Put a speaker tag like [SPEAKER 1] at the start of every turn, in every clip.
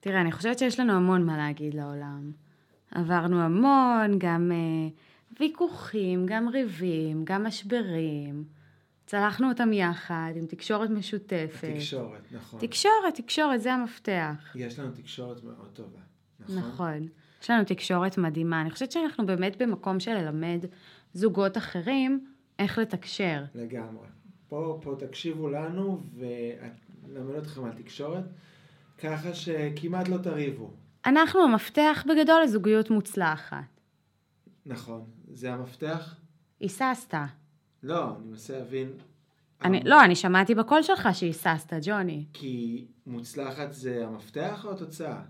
[SPEAKER 1] תראה, אני חושבת שיש לנו המון מה להגיד לעולם. עברנו המון, גם אה, ויכוחים, גם ריבים, גם משברים. צלחנו אותם יחד עם תקשורת משותפת.
[SPEAKER 2] תקשורת, נכון.
[SPEAKER 1] תקשורת, תקשורת, זה המפתח.
[SPEAKER 2] יש לנו תקשורת מאוד טובה, נכון?
[SPEAKER 1] נכון. יש לנו תקשורת מדהימה. אני חושבת שאנחנו באמת במקום של ללמד זוגות אחרים איך לתקשר.
[SPEAKER 2] לגמרי. פה, פה תקשיבו לנו ולמד אתכם על תקשורת, ככה שכמעט לא תריבו.
[SPEAKER 1] אנחנו המפתח בגדול לזוגיות מוצלחת.
[SPEAKER 2] נכון. זה המפתח?
[SPEAKER 1] היססת.
[SPEAKER 2] לא, אני מנסה להבין.
[SPEAKER 1] אני,
[SPEAKER 2] המ-
[SPEAKER 1] לא, אני שמעתי בקול שלך שהיססת, ג'וני.
[SPEAKER 2] כי מוצלחת זה המפתח או התוצאה?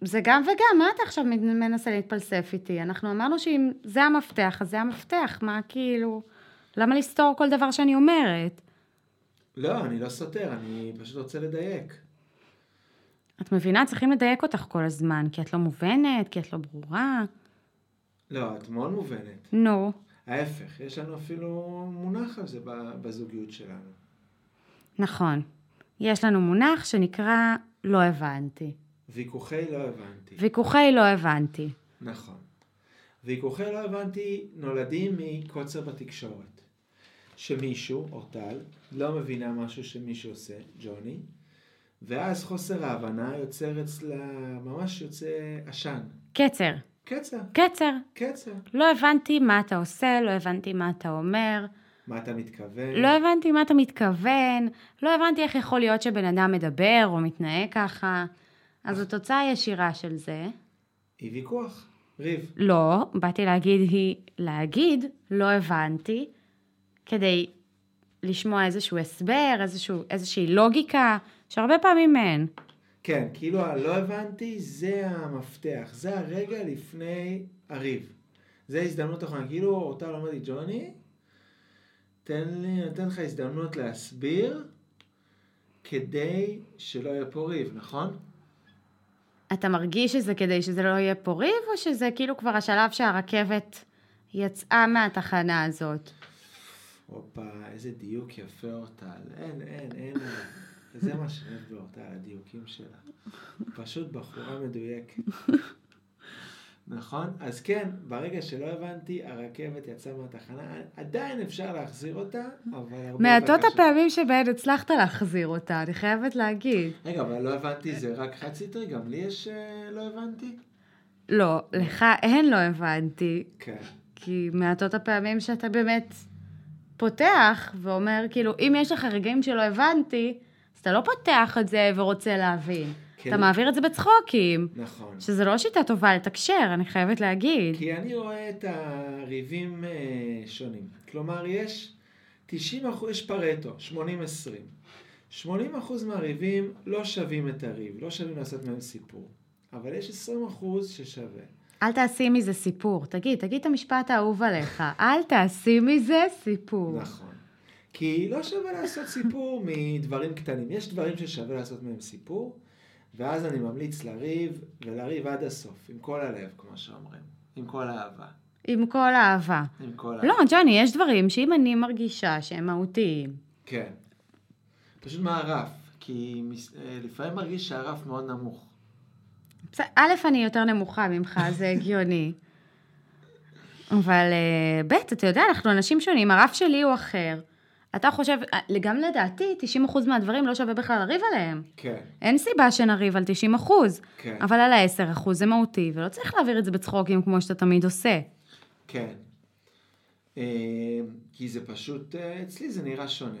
[SPEAKER 1] זה גם וגם, מה אתה עכשיו מנסה להתפלסף איתי? אנחנו אמרנו שאם זה המפתח, אז זה המפתח. מה כאילו... למה לסתור כל דבר שאני אומרת?
[SPEAKER 2] לא, אני לא סותר, אני פשוט רוצה לדייק.
[SPEAKER 1] את מבינה? צריכים לדייק אותך כל הזמן, כי את לא מובנת, כי את לא ברורה.
[SPEAKER 2] לא, את מאוד מובנת.
[SPEAKER 1] נו.
[SPEAKER 2] ההפך, יש לנו אפילו מונח על זה ב- בזוגיות שלנו.
[SPEAKER 1] נכון. יש לנו מונח שנקרא לא הבנתי.
[SPEAKER 2] ויכוחי לא הבנתי.
[SPEAKER 1] ויכוחי לא הבנתי.
[SPEAKER 2] נכון. ויכוחי לא הבנתי נולדים מקוצר בתקשורת. שמישהו, או טל, לא מבינה משהו שמישהו עושה, ג'וני, ואז חוסר ההבנה יוצר אצלה, ממש יוצא עשן.
[SPEAKER 1] קצר.
[SPEAKER 2] קצר,
[SPEAKER 1] קצר.
[SPEAKER 2] קצר.
[SPEAKER 1] לא הבנתי מה אתה עושה, לא הבנתי מה אתה אומר,
[SPEAKER 2] מה אתה מתכוון?
[SPEAKER 1] לא הבנתי מה אתה מתכוון, לא הבנתי איך יכול להיות שבן אדם מדבר או מתנהג ככה. אז התוצאה הישירה של זה,
[SPEAKER 2] היא ויכוח, ריב.
[SPEAKER 1] לא, באתי להגיד היא, להגיד, לא הבנתי, כדי לשמוע איזשהו הסבר, איזשהו, איזושהי לוגיקה, שהרבה פעמים אין.
[SPEAKER 2] כן, כאילו הלא הבנתי זה המפתח, זה הרגע לפני הריב. זה הזדמנות אחרונה, כאילו אותה לא אמרתי, ג'וני, תן לי, נותן לך הזדמנות להסביר כדי שלא יהיה פה ריב, נכון?
[SPEAKER 1] אתה מרגיש שזה כדי שזה לא יהיה פה ריב, או שזה כאילו כבר השלב שהרכבת יצאה מהתחנה הזאת?
[SPEAKER 2] הופה, איזה דיוק יפה אורטל. אין, אין, אין. זה מה שאני אוהב באורטל, הדיוקים שלה. פשוט בחורה מדויקת. נכון? אז כן, ברגע שלא הבנתי, הרכבת יצאה מהתחנה, עדיין אפשר להחזיר אותה, אבל הרבה...
[SPEAKER 1] מעטות
[SPEAKER 2] יותר קשה.
[SPEAKER 1] הפעמים שבהן הצלחת להחזיר אותה, אני חייבת להגיד.
[SPEAKER 2] רגע, אבל לא הבנתי, זה רק חד סטרי? גם לי יש אה, לא הבנתי?
[SPEAKER 1] לא, לך אין לא הבנתי,
[SPEAKER 2] כן.
[SPEAKER 1] כי מעטות הפעמים שאתה באמת פותח ואומר, כאילו, אם יש לך רגעים שלא הבנתי, אז אתה לא פותח את זה ורוצה להבין.
[SPEAKER 2] כן.
[SPEAKER 1] אתה מעביר את זה בצחוקים,
[SPEAKER 2] נכון.
[SPEAKER 1] שזה לא שיטה טובה לתקשר, אני חייבת להגיד.
[SPEAKER 2] כי אני רואה את הריבים אה, שונים. כלומר, יש 90 אחוז, יש פרטו, 80-20. 80 אחוז מהריבים לא שווים את הריב, לא שווים לעשות מהם סיפור. אבל יש 20 אחוז ששווה.
[SPEAKER 1] אל תעשי מזה סיפור. תגיד, תגיד את המשפט האהוב עליך. אל תעשי מזה סיפור.
[SPEAKER 2] נכון. כי לא שווה לעשות סיפור מדברים קטנים. יש דברים ששווה לעשות מהם סיפור, ואז אני ממליץ לריב, ולריב עד הסוף, עם כל הלב, כמו שאומרים. עם כל האהבה.
[SPEAKER 1] עם כל אהבה.
[SPEAKER 2] עם כל האהבה.
[SPEAKER 1] לא, ג'וני, יש דברים שאם אני מרגישה שהם מהותיים,
[SPEAKER 2] כן. פשוט מה הרף? כי מס- אה, לפעמים מרגיש שהרף מאוד נמוך.
[SPEAKER 1] בסדר, א', אני יותר נמוכה ממך, זה הגיוני. אבל אה, ב', אתה יודע, אנחנו אנשים שונים, הרף שלי הוא אחר. אתה חושב, אה, גם לדעתי, 90% מהדברים לא שווה בכלל לריב עליהם.
[SPEAKER 2] כן,
[SPEAKER 1] אין סיבה שנריב על 90%,
[SPEAKER 2] כן,
[SPEAKER 1] אבל על ה-10% זה מהותי, ולא צריך להעביר את זה בצחוקים כמו שאתה תמיד עושה.
[SPEAKER 2] כן. אה, כי זה פשוט, אה, אצלי זה נראה שונה.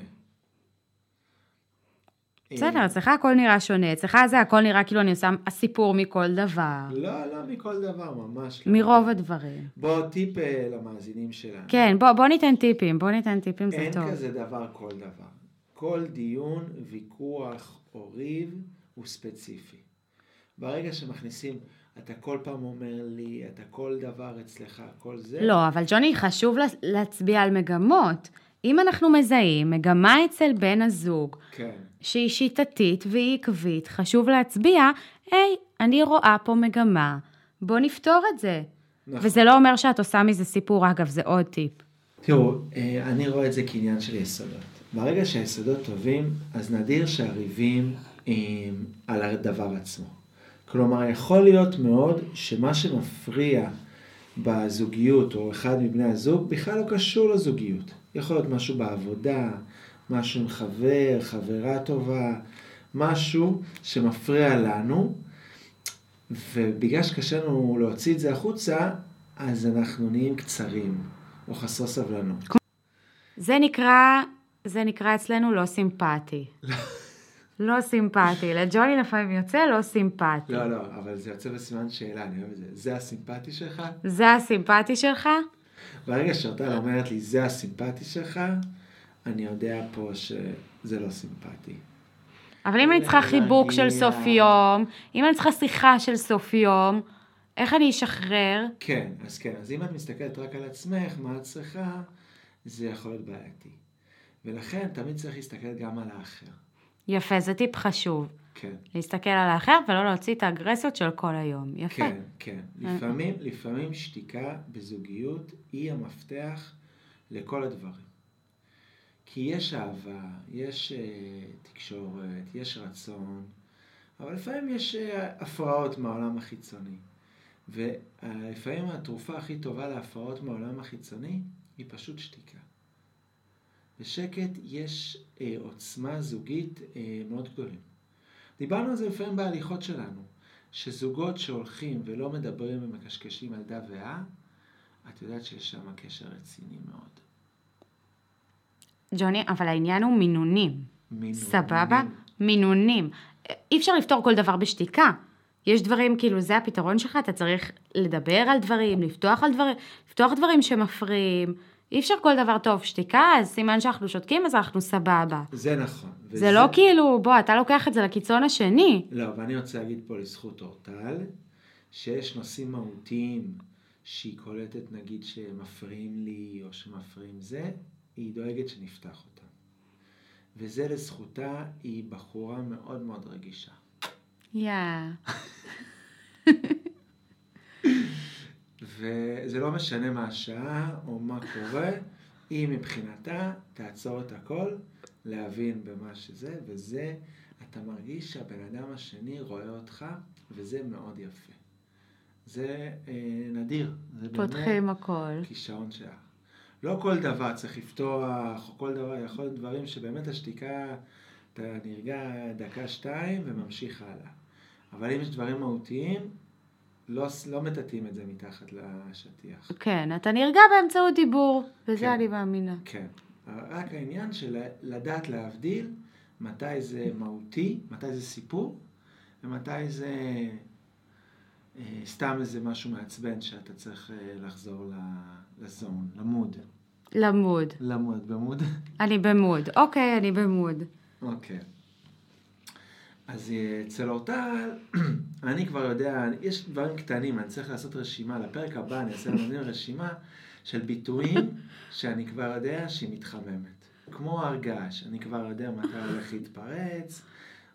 [SPEAKER 2] אה,
[SPEAKER 1] בסדר, אצלך הכל נראה שונה, אצלך זה הכל נראה כאילו אני עושה סיפור מכל דבר,
[SPEAKER 2] לא, לא מכל דבר, ממש לא.
[SPEAKER 1] מרוב הדברים.
[SPEAKER 2] בוא, טיפ אה, למאזינים שלנו.
[SPEAKER 1] כן, בוא, בוא ניתן טיפים, בוא ניתן טיפים, זה
[SPEAKER 2] אין
[SPEAKER 1] טוב.
[SPEAKER 2] כזה דבר כל דבר. כל דיון, ויכוח או ריב הוא ספציפי. ברגע שמכניסים, אתה כל פעם אומר לי, אתה כל דבר אצלך, כל זה.
[SPEAKER 1] לא, אבל ג'וני, חשוב לה- להצביע על מגמות. אם אנחנו מזהים מגמה אצל בן הזוג
[SPEAKER 2] כן,
[SPEAKER 1] שהיא שיטתית והיא עקבית, חשוב להצביע, היי, אני רואה פה מגמה, בוא נפתור את זה.
[SPEAKER 2] נכון.
[SPEAKER 1] וזה לא אומר שאת עושה מזה סיפור, אגב, זה עוד טיפ.
[SPEAKER 2] תראו, אה, אני רואה את זה כעניין של יסודות. ברגע שהיסודות טובים, אז נדיר שהריבים אה, על הדבר עצמו. כלומר, יכול להיות מאוד שמה שמפריע בזוגיות, או אחד מבני הזוג, בכלל לא קשור לזוגיות. יכול להיות משהו בעבודה, משהו עם חבר, חברה טובה, משהו שמפריע לנו, ובגלל שקשה לנו להוציא את זה החוצה, אז אנחנו נהיים קצרים, או חסרי סבלנות.
[SPEAKER 1] זה נקרא, זה נקרא אצלנו לא סימפטי. לא סימפטי. לג'וני לפעמים יוצא לא סימפטי.
[SPEAKER 2] לא, לא, אבל זה יוצא בסימן שאלה, אני אוהב את זה. זה הסימפטי שלך?
[SPEAKER 1] זה הסימפטי שלך?
[SPEAKER 2] ברגע שאתה אומרת לי, זה הסימפטי שלך, אני יודע פה שזה לא סימפטי.
[SPEAKER 1] אבל אם אני צריכה חיבוק של
[SPEAKER 2] אה, להגיע.
[SPEAKER 1] סוף יום, אם אני צריכה שיחה של סוף יום, איך אני אשחרר?
[SPEAKER 2] כן, אז כן, אז אם את מסתכלת רק על עצמך, מה את צריכה, זה יכול להיות בעייתי. ולכן תמיד צריך להסתכל גם על האחר.
[SPEAKER 1] יפה, זה טיפ חשוב.
[SPEAKER 2] כן,
[SPEAKER 1] להסתכל על האחר ולא להוציא את האגרסיות של כל היום. יפה.
[SPEAKER 2] כן, כן. לפעמים, לפעמים שתיקה בזוגיות היא המפתח לכל הדברים. כי יש אהבה, יש אה, תקשורת, יש רצון, אבל לפעמים יש אה, הפרעות מהעולם החיצוני. ולפעמים התרופה הכי טובה להפרעות מהעולם החיצוני היא פשוט שתיקה. בשקט יש אה, עוצמה זוגית אה, מאוד גדולים. דיברנו על זה לפעמים בהליכות שלנו, שזוגות שהולכים ולא מדברים ומקשקשים על דה ואה, את יודעת שיש שם קשר רציני מאוד.
[SPEAKER 1] ג'וני, אבל העניין הוא מינונים.
[SPEAKER 2] מינונים.
[SPEAKER 1] סבבה? מינונים. אי אפשר לפתור כל דבר בשתיקה. יש דברים, כאילו, זה הפתרון שלך, אתה צריך לדבר על דברים, לפתוח על דברים, לפתוח דברים שמפריעים. אי אפשר כל דבר טוב, שתיקה, אז סימן שאנחנו שותקים, אז אנחנו סבבה.
[SPEAKER 2] זה נכון.
[SPEAKER 1] זה לא כאילו, בוא, אתה לוקח את זה לקיצון השני.
[SPEAKER 2] לא, ואני רוצה להגיד פה לזכות אורטל, שיש נושאים מהותיים שהיא קולטת, נגיד, שמפריעים לי או שמפריעים זה, היא דואגת שנפתח אותם. וזה לזכותה, היא בחורה מאוד מאוד רגישה.
[SPEAKER 1] יאה.
[SPEAKER 2] וזה לא משנה מה השעה או מה קורה, היא מבחינתה תעצור את הכל, להבין במה שזה, וזה, אתה מרגיש שהבן אדם השני רואה אותך, וזה מאוד יפה. זה אה, נדיר, זה באמת
[SPEAKER 1] פותחים הכל.
[SPEAKER 2] כישרון שלך. לא כל דבר צריך לפתוח, או כל דבר, יכול להיות דברים שבאמת השתיקה, אתה נרגע דקה-שתיים וממשיך הלאה. אבל אם יש דברים מהותיים, לא, לא מטאטאים את זה מתחת לשטיח.
[SPEAKER 1] כן, אתה נרגע באמצעות דיבור, וזה
[SPEAKER 2] כן.
[SPEAKER 1] אני מאמינה.
[SPEAKER 2] כן. רק העניין של לדעת להבדיל מתי זה מהותי, מתי זה סיפור, ומתי זה אה, סתם איזה משהו מעצבן שאתה צריך אה, לחזור ל- לזון, למוד.
[SPEAKER 1] למוד.
[SPEAKER 2] למוד, במוד.
[SPEAKER 1] אני במוד. אוקיי, אני במוד.
[SPEAKER 2] אוקיי. אז אה, אצל אורטל, אני כבר יודע, יש דברים קטנים, אני צריך לעשות רשימה, לפרק הבא אני אעשה לנו רשימה של ביטויים שאני כבר יודע שהיא מתחממת. כמו הרגש, אני כבר יודע מתי הוא הולך להתפרץ,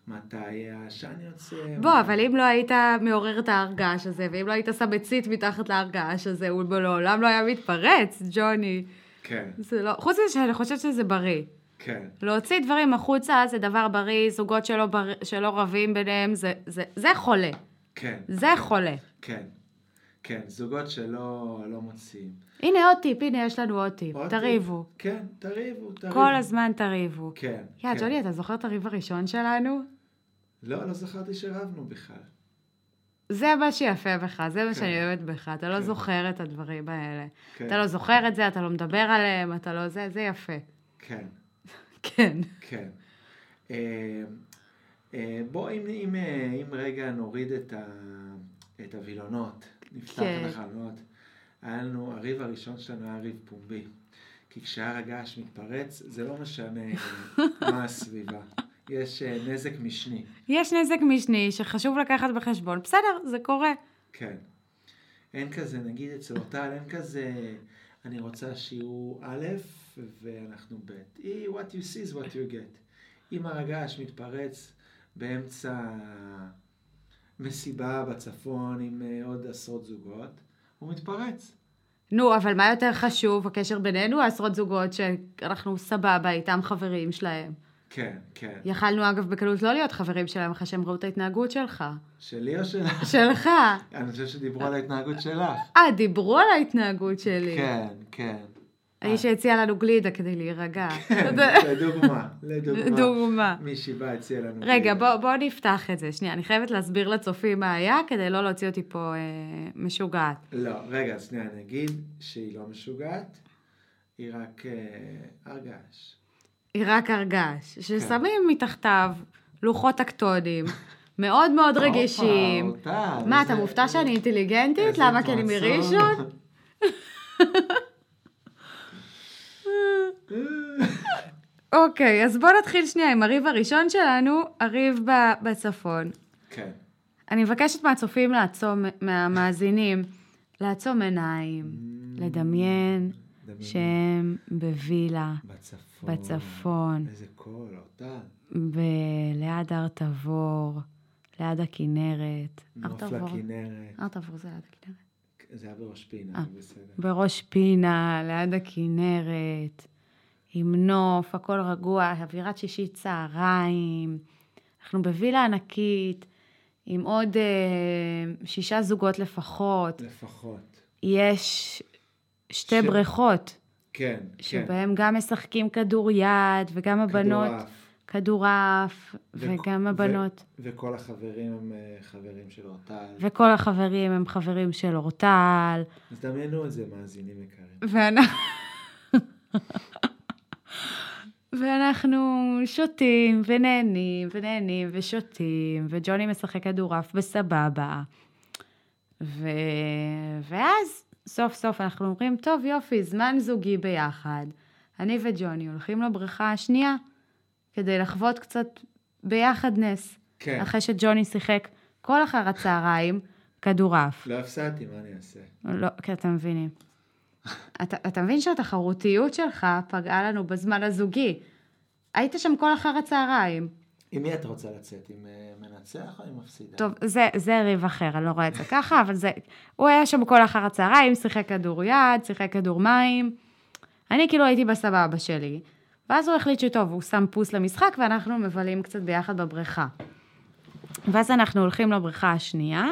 [SPEAKER 2] מתי העשן יוצא.
[SPEAKER 1] בוא,
[SPEAKER 2] מתי-
[SPEAKER 1] אבל אם לא היית מעורר את ההרגש הזה, ואם לא היית שם ביצית מתחת להרגש הזה, הוא לעולם לא היה מתפרץ, ג'וני.
[SPEAKER 2] כן,
[SPEAKER 1] זה לא... חוץ מזה שאני חושבת שזה בריא.
[SPEAKER 2] כן.
[SPEAKER 1] להוציא דברים החוצה זה דבר בריא, זוגות שלא, בר... שלא רבים ביניהם, זה, זה, זה חולה.
[SPEAKER 2] כן,
[SPEAKER 1] זה חולה.
[SPEAKER 2] כן. כן, זוגות שלא לא מוציאים.
[SPEAKER 1] הנה עוד טיפ, הנה יש לנו עוד טיפ.
[SPEAKER 2] עוד טיפ?
[SPEAKER 1] תריבו.
[SPEAKER 2] כן, תריבו, תריבו.
[SPEAKER 1] כל הזמן תריבו.
[SPEAKER 2] כן.
[SPEAKER 1] יא,
[SPEAKER 2] כן.
[SPEAKER 1] ג'וני, אתה זוכר את הריב הראשון שלנו?
[SPEAKER 2] לא, לא זכרתי שרבנו בכלל.
[SPEAKER 1] זה מה שיפה בך, זה מה
[SPEAKER 2] כן.
[SPEAKER 1] שאני אוהבת בך, אתה לא
[SPEAKER 2] כן.
[SPEAKER 1] זוכר את הדברים האלה.
[SPEAKER 2] כן,
[SPEAKER 1] אתה לא זוכר את זה, אתה לא מדבר עליהם, אתה לא זה, זה יפה.
[SPEAKER 2] כן.
[SPEAKER 1] כן.
[SPEAKER 2] כן. אה, אה, בוא, אם, אם, אה, אם רגע נוריד את, ה, את הווילונות, נפתח
[SPEAKER 1] כן.
[SPEAKER 2] את החלונות, היה לנו, הריב הראשון שלנו היה ריב פומבי. כי כשהר הגעש מתפרץ, זה לא משנה אה, מה הסביבה. יש אה, נזק משני,
[SPEAKER 1] יש נזק משני שחשוב לקחת בחשבון, בסדר, זה קורה.
[SPEAKER 2] כן. אין כזה, נגיד אצל אותה, אין כזה, אני רוצה שיהיו א' ואנחנו ב'. היא, what you see is what you get. אם הרגש מתפרץ באמצע מסיבה בצפון עם אה, עוד עשרות זוגות, הוא מתפרץ.
[SPEAKER 1] נו, אבל מה יותר חשוב, הקשר בינינו, העשרות זוגות שאנחנו סבבה איתם, חברים שלהם.
[SPEAKER 2] כן, כן.
[SPEAKER 1] יכלנו אגב בקלות לא להיות חברים שלהם אחרי שהם ראו את ההתנהגות שלך.
[SPEAKER 2] שלי או שלך?
[SPEAKER 1] שלך.
[SPEAKER 2] אני חושב שדיברו על ההתנהגות שלך.
[SPEAKER 1] אה, דיברו על ההתנהגות שלי.
[SPEAKER 2] כן, כן.
[SPEAKER 1] האיש שהציע לנו גלידה כדי להירגע.
[SPEAKER 2] כן, לדוגמה, לדוגמה.
[SPEAKER 1] דוגמה.
[SPEAKER 2] מישהי באה הציעה לנו.
[SPEAKER 1] רגע,
[SPEAKER 2] גלידה.
[SPEAKER 1] בוא, בוא נפתח את זה. שנייה, אני חייבת להסביר לצופים מה היה, כדי לא להוציא אותי פה אה, משוגעת.
[SPEAKER 2] לא, רגע, אז שנייה, נגיד שהיא לא משוגעת, היא רק אה, הרגש.
[SPEAKER 1] היא רק
[SPEAKER 2] כן.
[SPEAKER 1] הרגש, ששמים מתחתיו לוחות טקטונים, מאוד מאוד רגישים.
[SPEAKER 2] הופה, טל,
[SPEAKER 1] מה,
[SPEAKER 2] איזה-
[SPEAKER 1] אתה מופתע שאני אינטליגנטית?
[SPEAKER 2] איזה
[SPEAKER 1] למה? כי אני
[SPEAKER 2] פרצוף.
[SPEAKER 1] מראשון? אוקיי, אז בוא נתחיל שנייה עם הריב הראשון שלנו, הריב ב- בצפון.
[SPEAKER 2] כן,
[SPEAKER 1] אני מבקשת מהצופים לעצום, מהמאזינים, לעצום עיניים, לדמיין
[SPEAKER 2] דמיין.
[SPEAKER 1] שהם בווילה,
[SPEAKER 2] בצפון.
[SPEAKER 1] בצפון,
[SPEAKER 2] איזה קול, אותה.
[SPEAKER 1] ב- ליד הר תבור, ליד הכינרת. הר
[SPEAKER 2] נוף
[SPEAKER 1] תבור.
[SPEAKER 2] לכנרת.
[SPEAKER 1] הר תבור זה ליד הכינרת.
[SPEAKER 2] זה היה בראש פינה,
[SPEAKER 1] אה.
[SPEAKER 2] אבל בסדר.
[SPEAKER 1] בראש פינה, ליד הכינרת, עם נוף, הכל רגוע, אווירת שישי צהריים. אנחנו בווילה ענקית, עם עוד אה, שישה זוגות לפחות.
[SPEAKER 2] לפחות.
[SPEAKER 1] יש שתי
[SPEAKER 2] ש-
[SPEAKER 1] ש... בריכות,
[SPEAKER 2] כן, כן.
[SPEAKER 1] שבהן גם משחקים כדור יד, וגם הבנות...
[SPEAKER 2] כדורעף.
[SPEAKER 1] כדורעף,
[SPEAKER 2] וכ-
[SPEAKER 1] וגם
[SPEAKER 2] ו-
[SPEAKER 1] הבנות.
[SPEAKER 2] וכל החברים הם אה, חברים של אורטל.
[SPEAKER 1] וכל החברים הם חברים של אורטל.
[SPEAKER 2] אז דמיינו את זה, מאזינים יקרים.
[SPEAKER 1] ואנחנו... ואנחנו שותים ונהנים ונהנים ושותים, וג'וני משחק כדורעף בסבבה. ו... ואז סוף סוף אנחנו אומרים, טוב יופי, זמן זוגי ביחד. אני וג'וני הולכים לבריכה השנייה כדי לחוות קצת ביחד נס.
[SPEAKER 2] כן.
[SPEAKER 1] אחרי שג'וני שיחק כל אחר הצהריים כדורעף.
[SPEAKER 2] לא הפסדתי, מה אני אעשה?
[SPEAKER 1] לא, כי אתם מבינים. אתה, אתה מבין שהתחרותיות שלך פגעה לנו בזמן הזוגי. היית שם כל אחר הצהריים.
[SPEAKER 2] עם מי את רוצה לצאת? עם אה, מנצח או עם מפסידה?
[SPEAKER 1] טוב, זה, זה ריב אחר, אני לא רואה את זה ככה, אבל זה... הוא היה שם כל אחר הצהריים, שיחק כדור יד, שיחק כדור מים. אני כאילו הייתי בסבבה שלי. ואז הוא החליט שטוב, הוא שם פוס למשחק ואנחנו מבלים קצת ביחד בבריכה. ואז אנחנו הולכים לבריכה השנייה,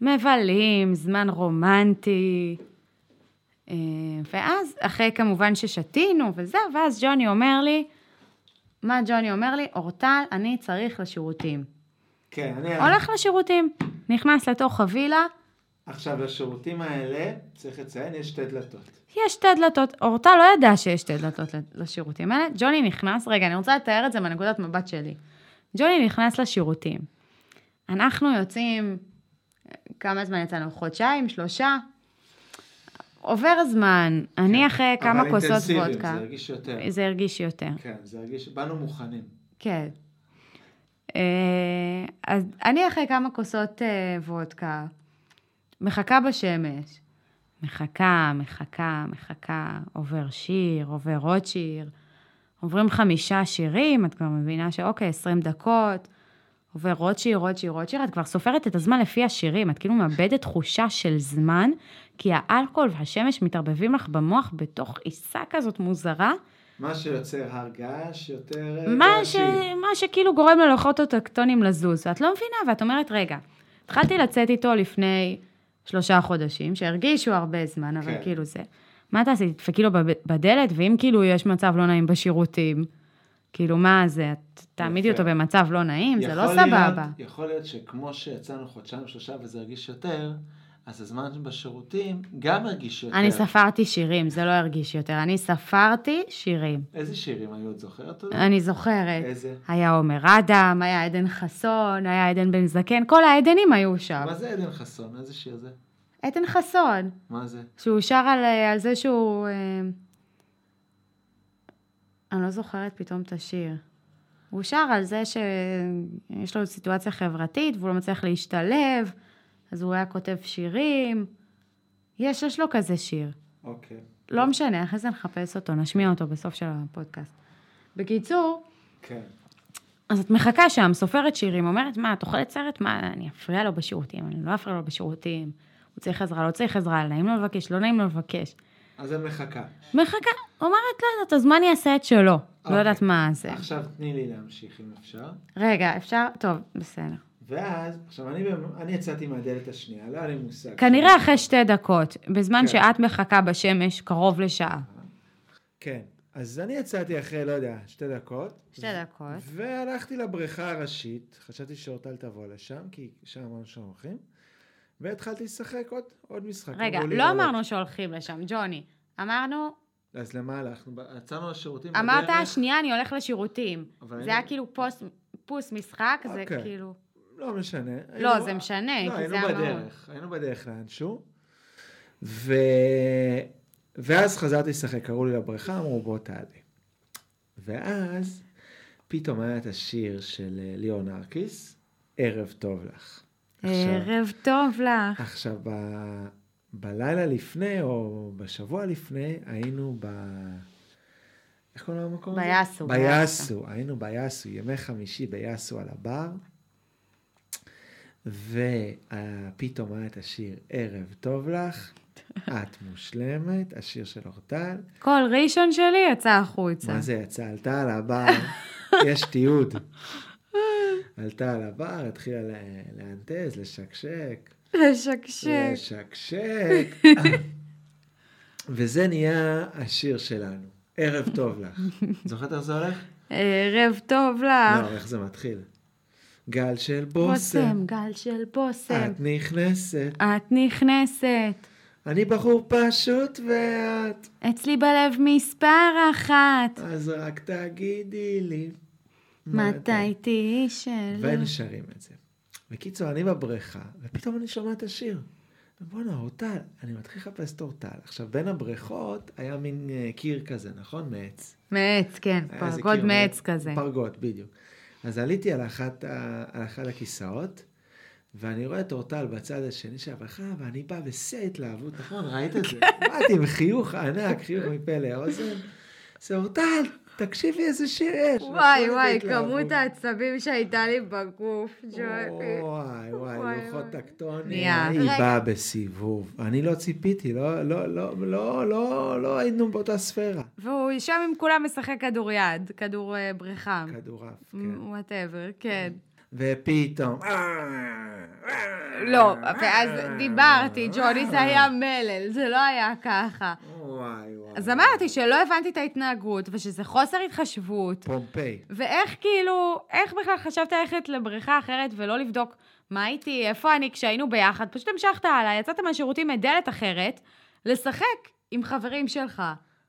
[SPEAKER 1] מבלים, זמן רומנטי. אה, ואז, אחרי כמובן ששתינו וזהו, ואז ג'וני אומר לי, מה ג'וני אומר לי? אורטל, אני צריך לשירותים.
[SPEAKER 2] כן, אני...
[SPEAKER 1] הולך לשירותים, נכנס לתוך הווילה,
[SPEAKER 2] עכשיו, לשירותים האלה, צריך לציין, יש שתי דלתות.
[SPEAKER 1] יש שתי דלתות. אורטל לא ידעה שיש שתי דלתות לשירותים האלה. ג'וני נכנס, רגע, אני רוצה לתאר את זה מהנקודת מבט שלי. ג'וני נכנס לשירותים. אנחנו יוצאים, כמה זמן יצאנו? חודשיים? שלושה? עובר הזמן, אני אחרי
[SPEAKER 2] אבל
[SPEAKER 1] אה, כמה כוסות
[SPEAKER 2] אינטנסיביים,
[SPEAKER 1] וודקה.
[SPEAKER 2] זה הרגיש יותר.
[SPEAKER 1] זה הרגיש יותר.
[SPEAKER 2] כן, זה הרגיש... באנו מוכנים.
[SPEAKER 1] כן. אה, אז אני אחרי כמה כוסות אה, וודקה, מחכה בשמש. מחכה, מחכה, מחכה, עובר שיר, עובר עוד שיר. עוברים חמישה שירים, את כבר מבינה שאוקיי, 20 דקות. עובר עוד שיר, עוד שיר, עוד שיר, את כבר סופרת את הזמן לפי השירים, את כאילו מאבדת תחושה של זמן, כי האלכוהול והשמש מתערבבים לך במוח בתוך עיסה כזאת מוזרה,
[SPEAKER 2] מה שיוצר הרגש, יותר... אה,
[SPEAKER 1] מה, ש...
[SPEAKER 2] גרשי.
[SPEAKER 1] מה שכאילו גורם ללוחות הטקטונים לזוז, ואת לא מבינה, ואת אומרת, רגע, התחלתי לצאת איתו לפני שלושה חודשים, שהרגישו הרבה זמן, אבל
[SPEAKER 2] כן.
[SPEAKER 1] כן. כאילו זה. מה תעשי, תדפקי לו בב- בדלת, ואם כאילו יש מצב לא נעים בשירותים, כאילו, מה זה, את תעמידי
[SPEAKER 2] יפה.
[SPEAKER 1] אותו במצב לא נעים, זה לא
[SPEAKER 2] יכול להיות-
[SPEAKER 1] סבבה.
[SPEAKER 2] יכול להיות שכמו שיצאנו חודשיים, שלושה, וזה הרגיש יותר, אז הזמן בשירותים גם הרגיש יותר.
[SPEAKER 1] אני ספרתי שירים, זה לא הרגיש יותר, אני ספרתי שירים.
[SPEAKER 2] איזה שירים היו? את זוכרת אותם?
[SPEAKER 1] אני זוכרת.
[SPEAKER 2] איזה?
[SPEAKER 1] היה עומר אדם, היה עדן חסון, היה עדן בן זקן, כל העדנים היו שם.
[SPEAKER 2] מה זה עדן חסון? איזה שיר זה?
[SPEAKER 1] עדן חסון.
[SPEAKER 2] מה זה?
[SPEAKER 1] שהוא שר על, על זה שהוא... אה, אני לא זוכרת פתאום את השיר. הוא שר על זה שיש לו סיטואציה חברתית והוא לא מצליח להשתלב, אז הוא היה כותב שירים. יש, יש לו כזה שיר.
[SPEAKER 2] אוקיי.
[SPEAKER 1] לא משנה, אחרי זה נחפש אותו, נשמיע אותו בסוף של הפודקאסט. בקיצור,
[SPEAKER 2] כן.
[SPEAKER 1] אז את מחכה שם, סופרת שירים, אומרת, מה, את אוכלת סרט? מה, אני אפריע לו בשירותים, אני לא אפריע לו בשירותים. הוא צריך עזרה, לא צריך עזרה, נעים לו לבקש, לא נעים לו לבקש.
[SPEAKER 2] אז אני מחכה.
[SPEAKER 1] מחכה, אומרת, לא יודעת, הזמן יעשה את שלו. לא
[SPEAKER 2] אוקיי.
[SPEAKER 1] יודעת מה זה.
[SPEAKER 2] עכשיו תני לי להמשיך אם אפשר.
[SPEAKER 1] רגע, אפשר? טוב, בסדר.
[SPEAKER 2] ואז, עכשיו אני, במ- אני יצאתי מהדלת השנייה, לא היה לי מושג.
[SPEAKER 1] כנראה אחרי שתי דקות, בזמן
[SPEAKER 2] כן.
[SPEAKER 1] שאת מחכה בשמש קרוב לשעה.
[SPEAKER 2] כן. אז אני יצאתי אחרי, לא יודע, שתי דקות.
[SPEAKER 1] שתי דקות.
[SPEAKER 2] והלכתי לבריכה הראשית, חשבתי שאורטל תבוא לשם, כי שם אמרנו שאנחנו הולכים, והתחלתי לשחק עוד, עוד משחק.
[SPEAKER 1] רגע,
[SPEAKER 2] אמרו לי,
[SPEAKER 1] לא אמרנו שהולכים לשם, ג'וני. אמרנו,
[SPEAKER 2] אז למה הלכנו? ב- יצאנו לשירותים
[SPEAKER 1] אמרת,
[SPEAKER 2] בדרך.
[SPEAKER 1] שנייה, אני הולך לשירותים.
[SPEAKER 2] אבל
[SPEAKER 1] זה
[SPEAKER 2] היינו-
[SPEAKER 1] היה כאילו פוס- פוס משחק, זה
[SPEAKER 2] אוקיי.
[SPEAKER 1] כאילו...
[SPEAKER 2] לא משנה.
[SPEAKER 1] לא, זה משנה,
[SPEAKER 2] לא,
[SPEAKER 1] כי
[SPEAKER 2] היינו
[SPEAKER 1] זה המהות.
[SPEAKER 2] בדרך, היינו בדרך לאנשהו. ו... ואז חזרתי לשחק, קראו לי לבריכה, אמרו בוא תעלה. ואז פתאום היה את השיר של אה, ליאור נרקיס, ערב טוב לך. עכשיו-
[SPEAKER 1] ערב טוב לך.
[SPEAKER 2] עכשיו, ב... בלילה לפני, או בשבוע לפני, היינו ב... איך קוראים למקום הזה?
[SPEAKER 1] ביאסו,
[SPEAKER 2] ביאסו. היינו ביאסו, ימי חמישי ביאסו על הבר, ופתאום היה את השיר ערב טוב לך, את מושלמת, השיר של אורטל.
[SPEAKER 1] כל ראשון שלי יצא החוצה.
[SPEAKER 2] מה זה יצא? עלתה על הבר, יש תיעוד. עלתה על הבר, התחילה לה- להנטז, לשקשק.
[SPEAKER 1] לשקשק.
[SPEAKER 2] לשקשק. וזה נהיה השיר שלנו. ערב טוב לך. זוכרת איך זה הולך?
[SPEAKER 1] ערב טוב
[SPEAKER 2] לא,
[SPEAKER 1] לך.
[SPEAKER 2] איך זה מתחיל. גל של בושם,
[SPEAKER 1] בושם, גל של בושם.
[SPEAKER 2] את נכנסת.
[SPEAKER 1] את נכנסת.
[SPEAKER 2] אני בחור פשוט ואת,
[SPEAKER 1] אצלי בלב מספר אחת.
[SPEAKER 2] אז רק תגידי לי.
[SPEAKER 1] מתי תהיי שלי?
[SPEAKER 2] והם שרים את זה. בקיצור, אני בבריכה, ופתאום אני שומע את השיר. בואנה, אורטל, אני מתחיל לחפש את אורטל. עכשיו, בין הבריכות היה מין אה, קיר כזה, נכון? מעץ.
[SPEAKER 1] מעץ, כן.
[SPEAKER 2] היה איזה
[SPEAKER 1] פרגוד
[SPEAKER 2] קיר,
[SPEAKER 1] מעץ
[SPEAKER 2] אה,
[SPEAKER 1] כזה.
[SPEAKER 2] פרגוד, בדיוק. אז עליתי על, אחת, ה- על אחד הכיסאות, ואני רואה את אורטל בצד השני של הבריכה, ואני בא בשיא ההתלהבות, נכון? ראית את זה? באתי עם חיוך ענק, חיוך מפה לאוזן. זה אורטל, תקשיבי איזה שיר יש.
[SPEAKER 1] וואי
[SPEAKER 2] נכון,
[SPEAKER 1] וואי,
[SPEAKER 2] התלהבות.
[SPEAKER 1] כמות העצבים שהייתה לי בגוף, ג'וי.
[SPEAKER 2] וואי,
[SPEAKER 1] וואי,
[SPEAKER 2] וואי, לוחות
[SPEAKER 1] וואי. שנייה.
[SPEAKER 2] טקטוניה. היא
[SPEAKER 1] רגע.
[SPEAKER 2] באה בסיבוב. אני לא ציפיתי, לא, לא, לא, לא, לא, לא היינו באותה ספירה.
[SPEAKER 1] והוא שם עם כולם משחק כדור יד, כדור אה, בריכה.
[SPEAKER 2] כדורעף, כן.
[SPEAKER 1] וואטאבר, כן.
[SPEAKER 2] ופתאום... אה,
[SPEAKER 1] לא, ואז דיברתי, ג'וני, זה היה מלל, זה לא היה ככה.
[SPEAKER 2] אה, וואי, וואי.
[SPEAKER 1] אז אמרתי שלא הבנתי את ההתנהגות, ושזה חוסר התחשבות,
[SPEAKER 2] פומפיי.
[SPEAKER 1] ואיך כאילו, איך בכלל חשבת ללכת לבריכה אחרת ולא לבדוק מה איתי, איפה אני, כשהיינו ביחד, פשוט המשכת הלאה, יצאת מהשירותים מדלת אחרת, לשחק עם חברים שלך.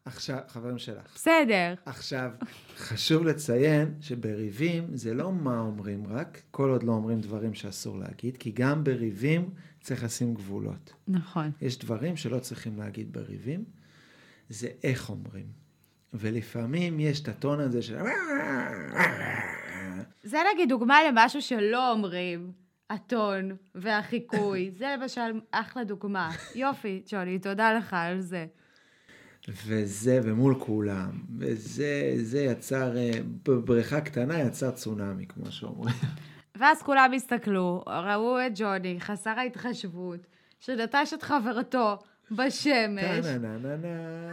[SPEAKER 2] עכשיו, חברים שלך.
[SPEAKER 1] בסדר.
[SPEAKER 2] עכשיו, חשוב לציין שבריבים זה לא מה אומרים רק, כל עוד לא אומרים דברים שאסור להגיד, כי גם בריבים צריך לשים גבולות.
[SPEAKER 1] נכון.
[SPEAKER 2] יש דברים שלא צריכים להגיד בריבים, זה איך אומרים. ולפעמים יש את הטון הזה של...
[SPEAKER 1] זה נגיד דוגמה למשהו שלא אומרים, הטון והחיקוי. זה למשל אחלה דוגמה. יופי, ג'וני, תודה לך על זה.
[SPEAKER 2] וזה, ומול כולם. וזה, זה יצר, אה, בבריכה קטנה יצר צונאמי, כמו שאומרים.
[SPEAKER 1] ואז כולם הסתכלו, ראו את ג'וני, חסר ההתחשבות, שנטש את חברתו בשמש,
[SPEAKER 2] טה נה נה נה נה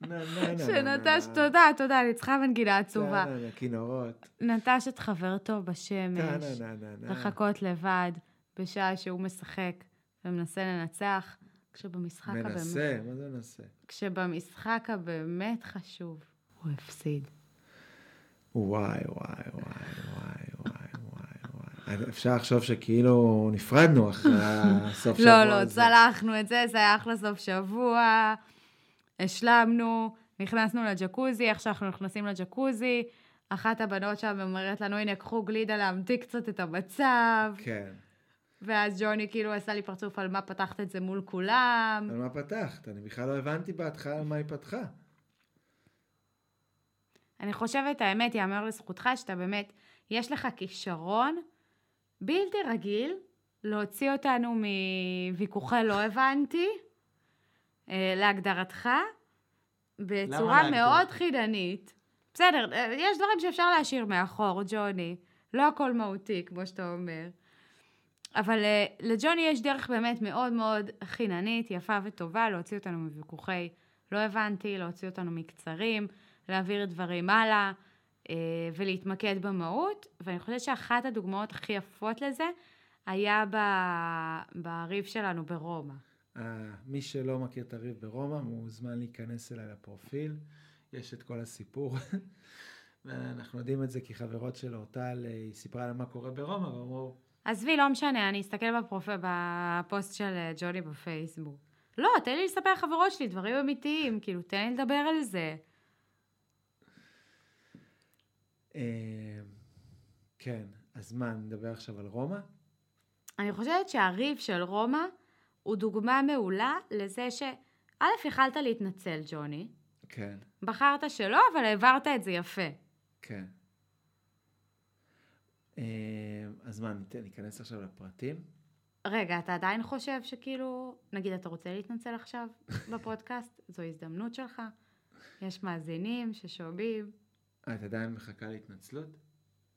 [SPEAKER 2] נה נה
[SPEAKER 1] שנטש,
[SPEAKER 2] כן,
[SPEAKER 1] תודה, תודה, אני צריכה מנגינה עצובה.
[SPEAKER 2] טה נה נה, כינורות.
[SPEAKER 1] נטש את חברתו
[SPEAKER 2] טה
[SPEAKER 1] בשמש,
[SPEAKER 2] נה נה נה נה.
[SPEAKER 1] לחכות לבד, בשעה שהוא משחק ומנסה לנצח, כשבמשחק הבאמת...
[SPEAKER 2] מנסה, מה זה מנסה?
[SPEAKER 1] כשבמשחק הבאמת חשוב, הוא הפסיד.
[SPEAKER 2] וואי, וואי, וואי, וואי, וואי, וואי, וואי. אפשר לחשוב שכאילו נפרדנו אחרי הסוף
[SPEAKER 1] לא,
[SPEAKER 2] שבוע
[SPEAKER 1] לא,
[SPEAKER 2] הזה.
[SPEAKER 1] צלחנו את זה, זה היה אחלה סוף שבוע, השלמנו, נכנסנו לג'קוזי, איך שאנחנו נכנסים לג'קוזי, אחת הבנות שם אומרת לנו, הנה, קחו גלידה להמתיק קצת את המצב,
[SPEAKER 2] כן.
[SPEAKER 1] ואז ג'וני כאילו עשה לי פרצוף על מה פתחת את זה מול כולם.
[SPEAKER 2] על מה פתחת? אני בכלל לא הבנתי בהתחלה על מה היא פתחה.
[SPEAKER 1] אני חושבת, האמת, יאמר לזכותך שאתה באמת, יש לך כישרון בלתי רגיל להוציא אותנו מוויכוחי לא הבנתי, אה, להגדרתך, בצורה
[SPEAKER 2] להגדיר?
[SPEAKER 1] מאוד חידנית. בסדר, אה, יש דברים שאפשר להשאיר מאחור, ג'וני. לא הכל מהותי, כמו שאתה אומר. אבל אה, לג'וני יש דרך באמת מאוד מאוד חיננית, יפה וטובה, להוציא אותנו מוויכוחי לא הבנתי, להוציא אותנו מקצרים, להעביר דברים הלאה אה, ולהתמקד במהות. ואני חושבת שאחת הדוגמאות הכי יפות לזה היה ב- בריב שלנו ברומא.
[SPEAKER 2] אה, מי שלא מכיר את הריב ברומא, מוזמן להיכנס אליי לפרופיל. יש את כל הסיפור. ואנחנו יודעים את זה כי חברות שלו, טל, אה, היא סיפרה לה מה קורה ברומא, ואמרו,
[SPEAKER 1] עזבי, לא משנה, אני אסתכל בפרופ... בפוסט של אה, ג'וני בפייסבוק. לא, תן לי לספר לחברות שלי דברים אמיתיים, כאילו, תן לי לדבר על זה.
[SPEAKER 2] אה, כן, אז מה, נדבר עכשיו על רומא?
[SPEAKER 1] אני חושבת שהריב של רומא הוא דוגמה מעולה לזה ש... א', יכלת להתנצל, ג'וני,
[SPEAKER 2] כן,
[SPEAKER 1] בחרת שלא, אבל העברת את זה יפה.
[SPEAKER 2] כן. אה, אז מה, ניתן- ניכנס עכשיו לפרטים?
[SPEAKER 1] רגע, אתה עדיין חושב שכאילו, נגיד אתה רוצה להתנצל עכשיו בפודקאסט, זו הזדמנות שלך, יש מאזינים ששומעים,
[SPEAKER 2] אה, את עדיין מחכה להתנצלות?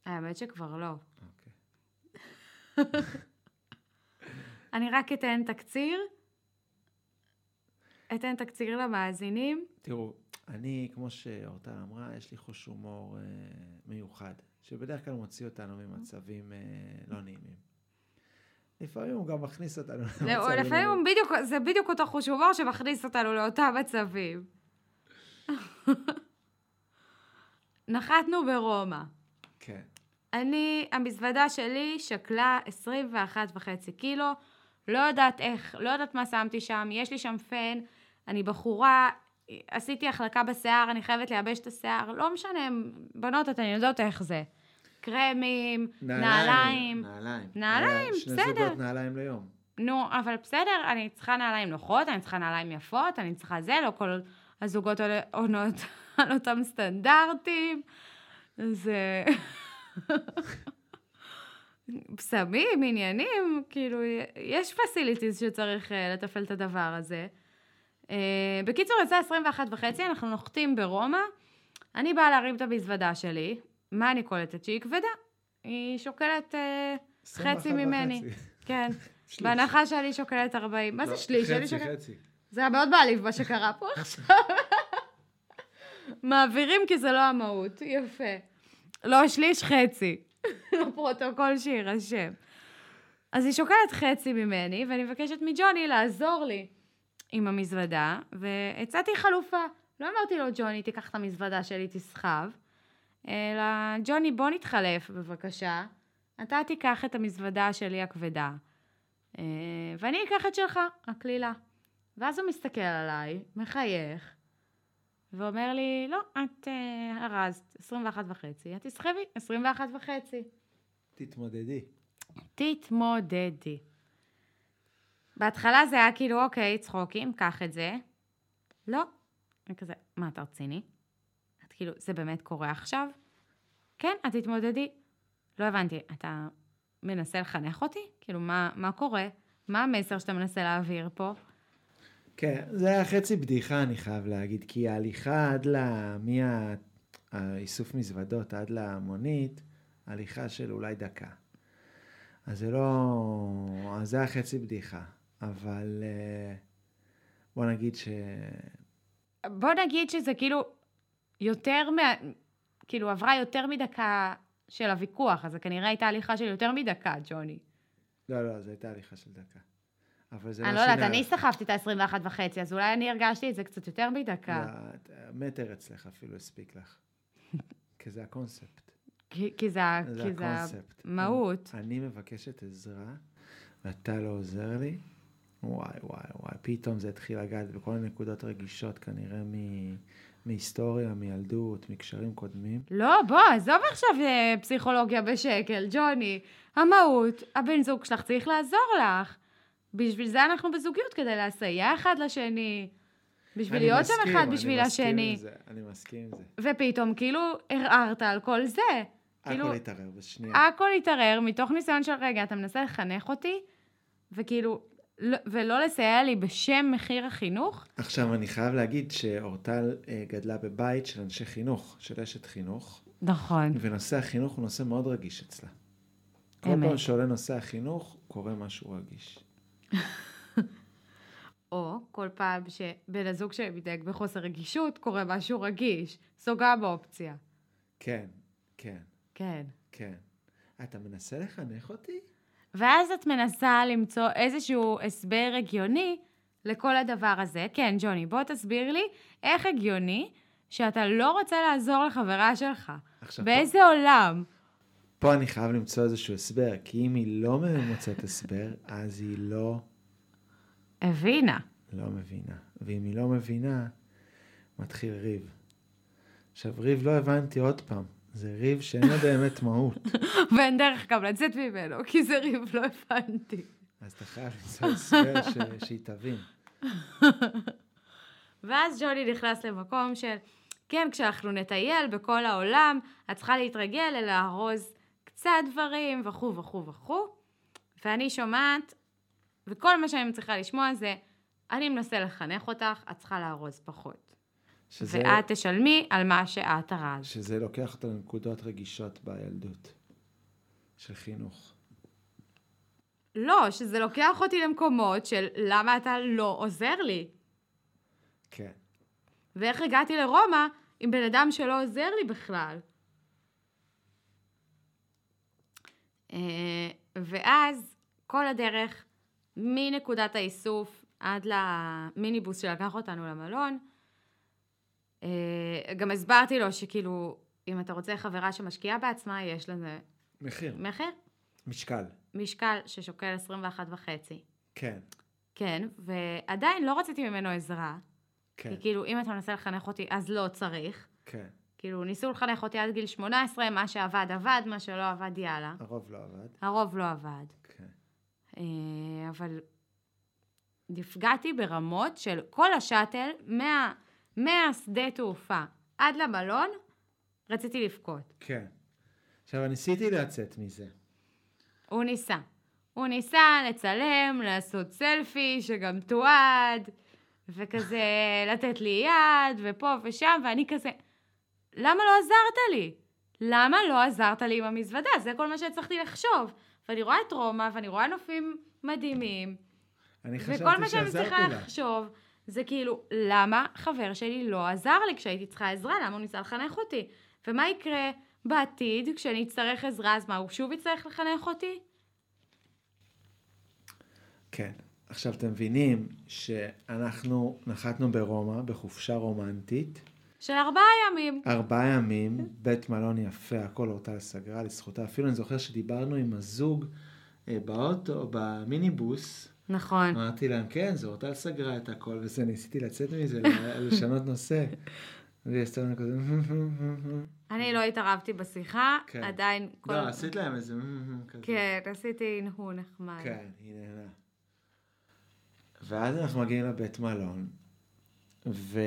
[SPEAKER 1] האמת שכבר לא.
[SPEAKER 2] אוקיי.
[SPEAKER 1] אני רק אתן תקציר, אתן תקציר למאזינים,
[SPEAKER 2] תראו, אני, כמו שאורטל אמרה, יש לי חוש הומור אה, מיוחד, שבדרך כלל מוציא אותנו ממצבים אה, לא נעימים. לפעמים הוא גם מכניס אותנו למצבים...
[SPEAKER 1] לא,
[SPEAKER 2] לא
[SPEAKER 1] לפעמים הוא
[SPEAKER 2] נעימים.
[SPEAKER 1] בדיוק, זה בדיוק אותו חוש הומור שמכניס אותנו לאותם מצבים. נחתנו ברומא.
[SPEAKER 2] כן,
[SPEAKER 1] אני, המזוודה שלי שקלה 21 וחצי קילו, לא יודעת איך, לא יודעת מה שמתי שם, יש לי שם פן, אני בחורה, עשיתי החלקה בשיער, אני חייבת לייבש את השיער, לא משנה, בנות, אתן יודעות איך זה. קרמים, נעליים.
[SPEAKER 2] נעליים. אה,
[SPEAKER 1] נעליים,
[SPEAKER 2] שני
[SPEAKER 1] בסדר.
[SPEAKER 2] זוגות נעליים ליום.
[SPEAKER 1] נו, אבל בסדר, אני צריכה נעליים נוחות, אני צריכה נעליים יפות, אני צריכה זה, לא כל הזוגות עול- עונות על אותם סטנדרטים. זה... פסמים, עניינים, כאילו, יש פסיליטיז שצריך אה, לתפעל את הדבר הזה. אה, בקיצור, יצא 21 וחצי, אנחנו נוחתים ברומא, אני באה להרים את המזוודה שלי, מה אני קולטת? שהיא כבדה, היא שוקלת אה,
[SPEAKER 2] 21
[SPEAKER 1] חצי ממני.
[SPEAKER 2] וחצי.
[SPEAKER 1] כן.
[SPEAKER 2] שליש.
[SPEAKER 1] בהנחה שאני שוקלת 40. מה
[SPEAKER 2] לא,
[SPEAKER 1] זה שליש? אני
[SPEAKER 2] חצי,
[SPEAKER 1] שוקלת...
[SPEAKER 2] חצי.
[SPEAKER 1] זה היה מאוד מעליב מה שקרה פה עכשיו. מעבירים כי זה לא המהות. יפה. לא שליש, חצי. לפרוטוקול שיירשם. אז היא שוקלת חצי ממני, ואני מבקשת מג'וני לעזור לי עם המזוודה, והצעתי חלופה. לא אמרתי לו, ג'וני, תיקח את המזוודה שלי, תסחב, אלא, ג'וני, בוא נתחלף, בבקשה. אתה תיקח את המזוודה שלי הכבדה, אה, ואני אקח את שלך, הקלילה. ואז הוא מסתכל עליי, מחייך, ואומר לי, לא, את אה, ארזת 21 וחצי, את תסחבי 21 וחצי.
[SPEAKER 2] תתמודדי.
[SPEAKER 1] תתמודדי. בהתחלה זה היה כאילו, אוקיי, צחוקים, קח את זה. לא. אני כזה, מה, אתה רציני? את כאילו, זה באמת קורה עכשיו? כן, את תתמודדי. לא הבנתי, אתה מנסה לחנך אותי? כאילו, מה, מה קורה? מה המסר שאתה מנסה להעביר פה?
[SPEAKER 2] כן, זה היה חצי בדיחה, אני חייב להגיד, כי ההליכה עד ל... מהאיסוף מזוודות עד למונית, הליכה של אולי דקה. אז זה לא... אז זה היה חצי בדיחה, אבל אה, בוא נגיד ש...
[SPEAKER 1] בוא נגיד שזה כאילו יותר מה... כאילו, עברה יותר מדקה של הוויכוח, אז זה כנראה הייתה הליכה של יותר מדקה, ג'וני.
[SPEAKER 2] לא, לא, זו הייתה הליכה של דקה. אבל זה לא
[SPEAKER 1] אני
[SPEAKER 2] שינה...
[SPEAKER 1] לא יודעת, אני
[SPEAKER 2] לך.
[SPEAKER 1] סחבתי את ה-21 וחצי, אז אולי אני הרגשתי את זה קצת יותר מדקה.
[SPEAKER 2] לא, את- מטר אצלך אפילו הספיק לך. כי זה הקונספט.
[SPEAKER 1] כי כי זה ה-
[SPEAKER 2] זה
[SPEAKER 1] כי זה
[SPEAKER 2] הקונספט. כן.
[SPEAKER 1] המהות.
[SPEAKER 2] אני מבקשת עזרה, ואתה לא עוזר לי. וואי, וואי, וואי. פתאום זה התחיל לגעת בכל מיני נקודות רגישות, כנראה מ... מהיסטוריה, מילדות, מקשרים קודמים.
[SPEAKER 1] לא, בוא, עזוב עכשיו אה, פסיכולוגיה בשקל, ג'וני. המהות, הבן זוג שלך צריך לעזור לך. בשביל זה אנחנו בזוגיות, כדי לסייע אחד לשני. בשביל
[SPEAKER 2] אני
[SPEAKER 1] להיות שם
[SPEAKER 2] מסכים,
[SPEAKER 1] אחד
[SPEAKER 2] אני
[SPEAKER 1] בשביל
[SPEAKER 2] מסכים עם
[SPEAKER 1] השני.
[SPEAKER 2] זה, אני מסכים עם זה.
[SPEAKER 1] ופתאום כאילו ערערת על כל זה. כאילו, אה,
[SPEAKER 2] הכל התערער בשנייה.
[SPEAKER 1] הכל התערער מתוך ניסיון של רגע, אתה מנסה לחנך אותי, וכאילו, לא, ולא לסייע לי בשם מחיר החינוך?
[SPEAKER 2] עכשיו, אני חייב להגיד שאורטל אה, גדלה בבית של אנשי חינוך, של אשת חינוך,
[SPEAKER 1] נכון.
[SPEAKER 2] ונושא החינוך הוא נושא מאוד רגיש אצלה. כל פעם שעולה נושא החינוך, קורה משהו רגיש.
[SPEAKER 1] או כל פעם שבן הזוג שלי מתנהג בחוסר רגישות, קורה משהו רגיש. זו גם אופציה.
[SPEAKER 2] כן, כן,
[SPEAKER 1] כן.
[SPEAKER 2] כן. אתה מנסה לחנך אותי?
[SPEAKER 1] ואז את מנסה למצוא איזשהו הסבר הגיוני לכל הדבר הזה. כן, ג'וני, בוא תסביר לי איך הגיוני שאתה לא רוצה לעזור לחברה שלך.
[SPEAKER 2] עכשיו,
[SPEAKER 1] באיזה עולם?
[SPEAKER 2] פה אני חייב למצוא איזשהו הסבר, כי אם היא לא מוצאת הסבר, אז היא לא,
[SPEAKER 1] הבינה.
[SPEAKER 2] לא מבינה. ואם היא לא מבינה, מתחיל ריב. עכשיו, ריב לא הבנתי עוד פעם. זה ריב שאין לו באמת מהות.
[SPEAKER 1] ואין דרך גם לצאת ממנו, כי זה ריב, לא הבנתי.
[SPEAKER 2] אז אתה חייב למצוא הסבר ש- שהיא תבין.
[SPEAKER 1] ואז ג'וני נכנס למקום של, כן, כשאנחנו נטייל בכל העולם, את צריכה להתרגל ללארוז קצת דברים, וכו' וכו' וכו'. ואני שומעת, וכל מה שאני מצליחה לשמוע זה, אני מנסה לחנך אותך, את צריכה לארוז פחות.
[SPEAKER 2] שזה,
[SPEAKER 1] ואת תשלמי על מה שאת ארזת.
[SPEAKER 2] שזה לוקח אותנו לנקודות רגישות בילדות. של חינוך.
[SPEAKER 1] לא, שזה לוקח אותי למקומות של למה אתה לא עוזר לי.
[SPEAKER 2] כן.
[SPEAKER 1] ואיך הגעתי לרומא עם בן אדם שלא עוזר לי בכלל? אה, ואז כל הדרך, מנקודת האיסוף עד למיניבוס שלקח אותנו למלון, אה, גם הסברתי לו שכאילו, אם אתה רוצה חברה שמשקיעה בעצמה, יש לזה
[SPEAKER 2] מחיר.
[SPEAKER 1] מחיר,
[SPEAKER 2] משקל.
[SPEAKER 1] משקל ששוקל 21 וחצי.
[SPEAKER 2] כן.
[SPEAKER 1] כן, ועדיין לא רציתי ממנו עזרה,
[SPEAKER 2] כן.
[SPEAKER 1] כי כאילו, אם אתה מנסה לחנך אותי, אז לא צריך.
[SPEAKER 2] כן.
[SPEAKER 1] כאילו, ניסו לחנך אותי עד גיל 18, מה שעבד עבד, מה שלא עבד יאללה.
[SPEAKER 2] הרוב לא עבד.
[SPEAKER 1] הרוב לא עבד.
[SPEAKER 2] כן.
[SPEAKER 1] אה, אבל נפגעתי ברמות של כל השאטל, מה- מהשדה תעופה עד למלון, רציתי לבכות.
[SPEAKER 2] כן. עכשיו, ניסיתי לצאת מזה.
[SPEAKER 1] הוא ניסה. הוא ניסה לצלם, לעשות סלפי, שגם תועד, וכזה לתת לי יד, ופה ושם, ואני כזה, למה לא עזרת לי? למה לא עזרת לי עם המזוודה? זה כל מה שהצלחתי לחשוב. ואני רואה את רומא, ואני רואה נופים מדהימים,
[SPEAKER 2] אני חשבתי
[SPEAKER 1] וכל מה שאני
[SPEAKER 2] שעזרתי
[SPEAKER 1] צריכה
[SPEAKER 2] לך.
[SPEAKER 1] לחשוב, זה כאילו, למה חבר שלי לא עזר לי כשהייתי צריכה עזרה? למה הוא ניסה לחנך אותי? ומה יקרה בעתיד, כשאני אצטרך עזרה, אז מה, הוא שוב יצטרך לחנך אותי?
[SPEAKER 2] כן. עכשיו, אתם מבינים שאנחנו נחתנו ברומא, בחופשה רומנטית,
[SPEAKER 1] של ארבעה ימים.
[SPEAKER 2] ארבעה ימים, בית מלון יפה, הכל הורתה סגרה לזכותה. אפילו אני זוכר שדיברנו עם הזוג אה, באוטו, במיניבוס,
[SPEAKER 1] נכון.
[SPEAKER 2] אמרתי להם, כן, זו אותה סגרה את הכל וזה, ניסיתי לצאת מזה, ל- לשנות נושא. והיא עשתה לנו כזה...
[SPEAKER 1] אני לא התערבתי בשיחה,
[SPEAKER 2] כן.
[SPEAKER 1] עדיין כל...
[SPEAKER 2] לא, עשית להם איזה... כזה.
[SPEAKER 1] כן, עשיתי הנהון נחמד.
[SPEAKER 2] כן, היא נהנה. ואז אנחנו מגיעים לבית מלון, ו...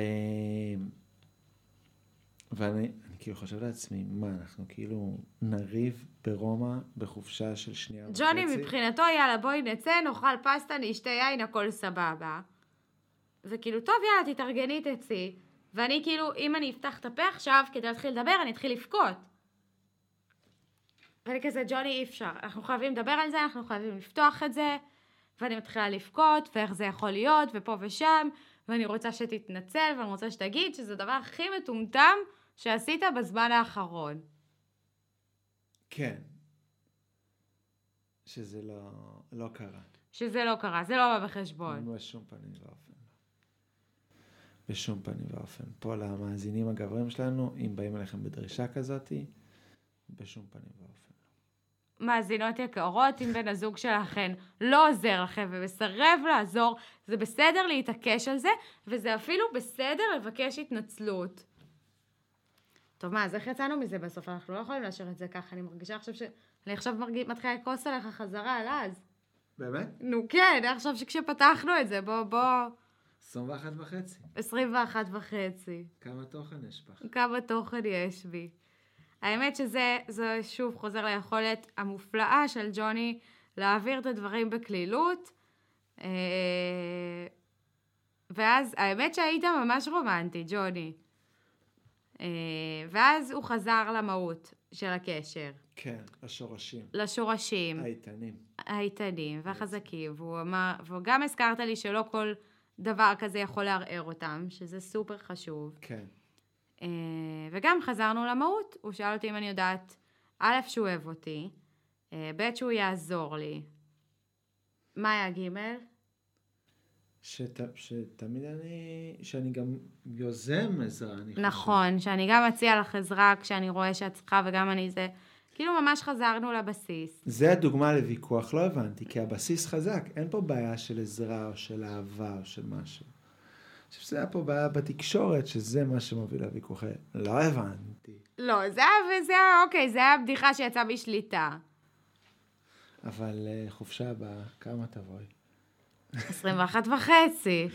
[SPEAKER 2] ואני אני כאילו חושב לעצמי, מה, אנחנו כאילו נריב ברומא בחופשה של שנייה וחצי?
[SPEAKER 1] ג'וני מבחינתו, יאללה, בואי נצא, נאכל פסטה, נשתה יין, הכל סבבה. וכאילו, טוב, יאללה, תתארגני, תצאי. ואני כאילו, אם אני אפתח את הפה עכשיו כדי להתחיל לדבר, אני אתחיל לבכות. ואני כזה, ג'וני, אי אפשר. אנחנו חייבים לדבר על זה, אנחנו חייבים לפתוח את זה. ואני מתחילה לבכות, ואיך זה יכול להיות, ופה ושם, ואני רוצה שתתנצל, ואני רוצה שתגיד שזה הדבר הכי מטומטם שעשית בזמן האחרון.
[SPEAKER 2] כן. שזה לא, לא קרה.
[SPEAKER 1] שזה לא קרה, זה לא בא בחשבון.
[SPEAKER 2] בשום פנים ואופן. לא. בשום פנים ואופן. פה למאזינים הגברים שלנו, אם באים אליכם בדרישה כזאת, בשום פנים ואופן.
[SPEAKER 1] מאזינות יקרות, אם בן הזוג שלכן לא עוזר לכם ומסרב לעזור, זה בסדר להתעקש על זה, וזה אפילו בסדר לבקש התנצלות. טוב, מה, אז איך יצאנו מזה בסוף? אנחנו לא יכולים להשאיר את זה ככה, אני מרגישה עכשיו ש... אני עכשיו מרגיש... מתחילה לכעוס עליך חזרה על אז.
[SPEAKER 2] באמת?
[SPEAKER 1] נו כן, עכשיו שכשפתחנו את זה, בוא, בוא,
[SPEAKER 2] 21 וחצי.
[SPEAKER 1] 21 וחצי.
[SPEAKER 2] כמה תוכן יש בך?
[SPEAKER 1] כמה תוכן יש בי. האמת שזה, זה שוב חוזר ליכולת המופלאה של ג'וני להעביר את הדברים בקלילות. אה, ואז, האמת שהיית ממש רומנטי, ג'וני. אה, ואז הוא חזר למהות. של הקשר,
[SPEAKER 2] כן, השורשים,
[SPEAKER 1] לשורשים,
[SPEAKER 2] האיתנים.
[SPEAKER 1] האיתנים והחזקים, והוא אמר, וגם הזכרת לי שלא כל דבר כזה יכול לערער אותם, שזה סופר חשוב.
[SPEAKER 2] כן,
[SPEAKER 1] אה, וגם חזרנו למהות, הוא שאל אותי אם אני יודעת, א', שהוא אוהב אותי, אה, ב', שהוא יעזור לי. מה היה ג'?
[SPEAKER 2] שת, שתמיד אני, שאני גם יוזם עזרה, אני חושב.
[SPEAKER 1] נכון, שאני גם אציע לך עזרה כשאני רואה שאת צריכה וגם אני זה. כאילו ממש חזרנו לבסיס.
[SPEAKER 2] זה הדוגמה לוויכוח, לא הבנתי, כי הבסיס חזק, אין פה בעיה של עזרה או של אהבה או של משהו. אני חושב שזה היה פה בעיה בתקשורת, שזה מה שמוביל לוויכוח. לא הבנתי.
[SPEAKER 1] לא, זה היה, זה היה, אוקיי, זה היה בדיחה שיצאה משליטה.
[SPEAKER 2] אבל אה, חופשה הבאה, כמה תבואי?
[SPEAKER 1] 21 וחצי.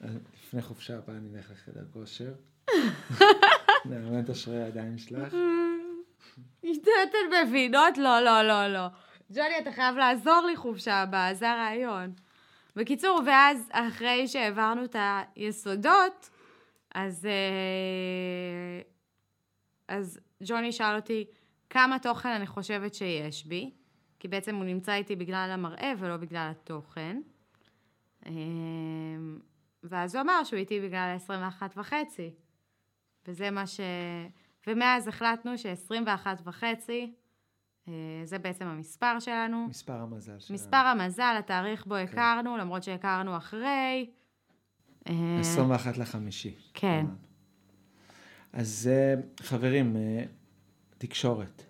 [SPEAKER 2] אז אה, לפני חופשה הבאה אני אלך לחדר כושר. נאמן את אשרי הידיים שלך.
[SPEAKER 1] אתן מבינות? לא, לא, לא, לא. ג'וני, אתה חייב לעזור לי חופשה הבאה, זה הרעיון. בקיצור, ואז אחרי שהעברנו את היסודות, אז, אה, אז ג'וני שאל אותי כמה תוכן אני חושבת שיש בי, כי בעצם הוא נמצא איתי בגלל המראה ולא בגלל התוכן. אה, ואז הוא אמר שהוא איתי בגלל ה-21 וחצי. וזה מה ש... ומאז החלטנו ש-21 וחצי, אה, זה בעצם המספר שלנו.
[SPEAKER 2] מספר המזל שלנו.
[SPEAKER 1] מספר אה, המזל, התאריך
[SPEAKER 2] כן.
[SPEAKER 1] בו הכרנו, למרות שהכרנו אחרי. אה,
[SPEAKER 2] 21 לחמישי.
[SPEAKER 1] כן.
[SPEAKER 2] אז אה, חברים, אה, תקשורת.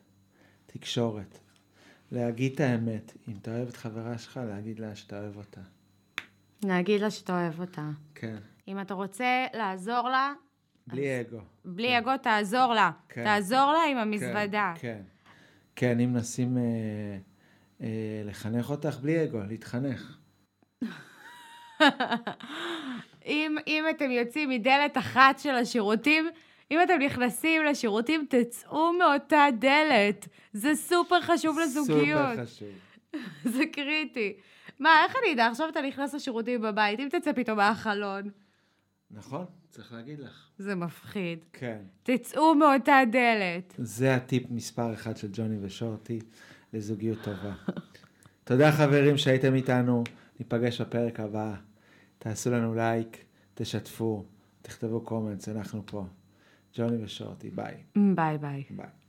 [SPEAKER 2] תקשורת. להגיד את האמת. אם אתה אוהב את חברה שלך, להגיד לה שאתה אוהב אותה.
[SPEAKER 1] להגיד לה שאתה אוהב אותה.
[SPEAKER 2] כן.
[SPEAKER 1] אם אתה רוצה לעזור לה,
[SPEAKER 2] בלי אגו.
[SPEAKER 1] בלי אגו תעזור לה.
[SPEAKER 2] כן.
[SPEAKER 1] תעזור לה עם המזוודה.
[SPEAKER 2] כן, כן. כן, אם מנסים אה, אה, לחנך אותך בלי אגו, להתחנך.
[SPEAKER 1] אם, אם אתם יוצאים מדלת אחת של השירותים, אם אתם נכנסים לשירותים, תצאו מאותה דלת. זה סופר חשוב לזוגיות.
[SPEAKER 2] סופר חשוב.
[SPEAKER 1] זה קריטי. מה, איך אני אדע? עכשיו אתה נכנס לשירותים בבית, אם תצא פתאום מהחלון.
[SPEAKER 2] נכון, צריך להגיד לך.
[SPEAKER 1] זה מפחיד.
[SPEAKER 2] כן.
[SPEAKER 1] תצאו מאותה דלת.
[SPEAKER 2] זה הטיפ מספר אחד של ג'וני ושורטי לזוגיות טובה. תודה חברים שהייתם איתנו, ניפגש בפרק הבא. תעשו לנו לייק, תשתפו, תכתבו קומנטס, אנחנו פה. ג'וני ושורטי, ביי.
[SPEAKER 1] ביי ביי.
[SPEAKER 2] ביי.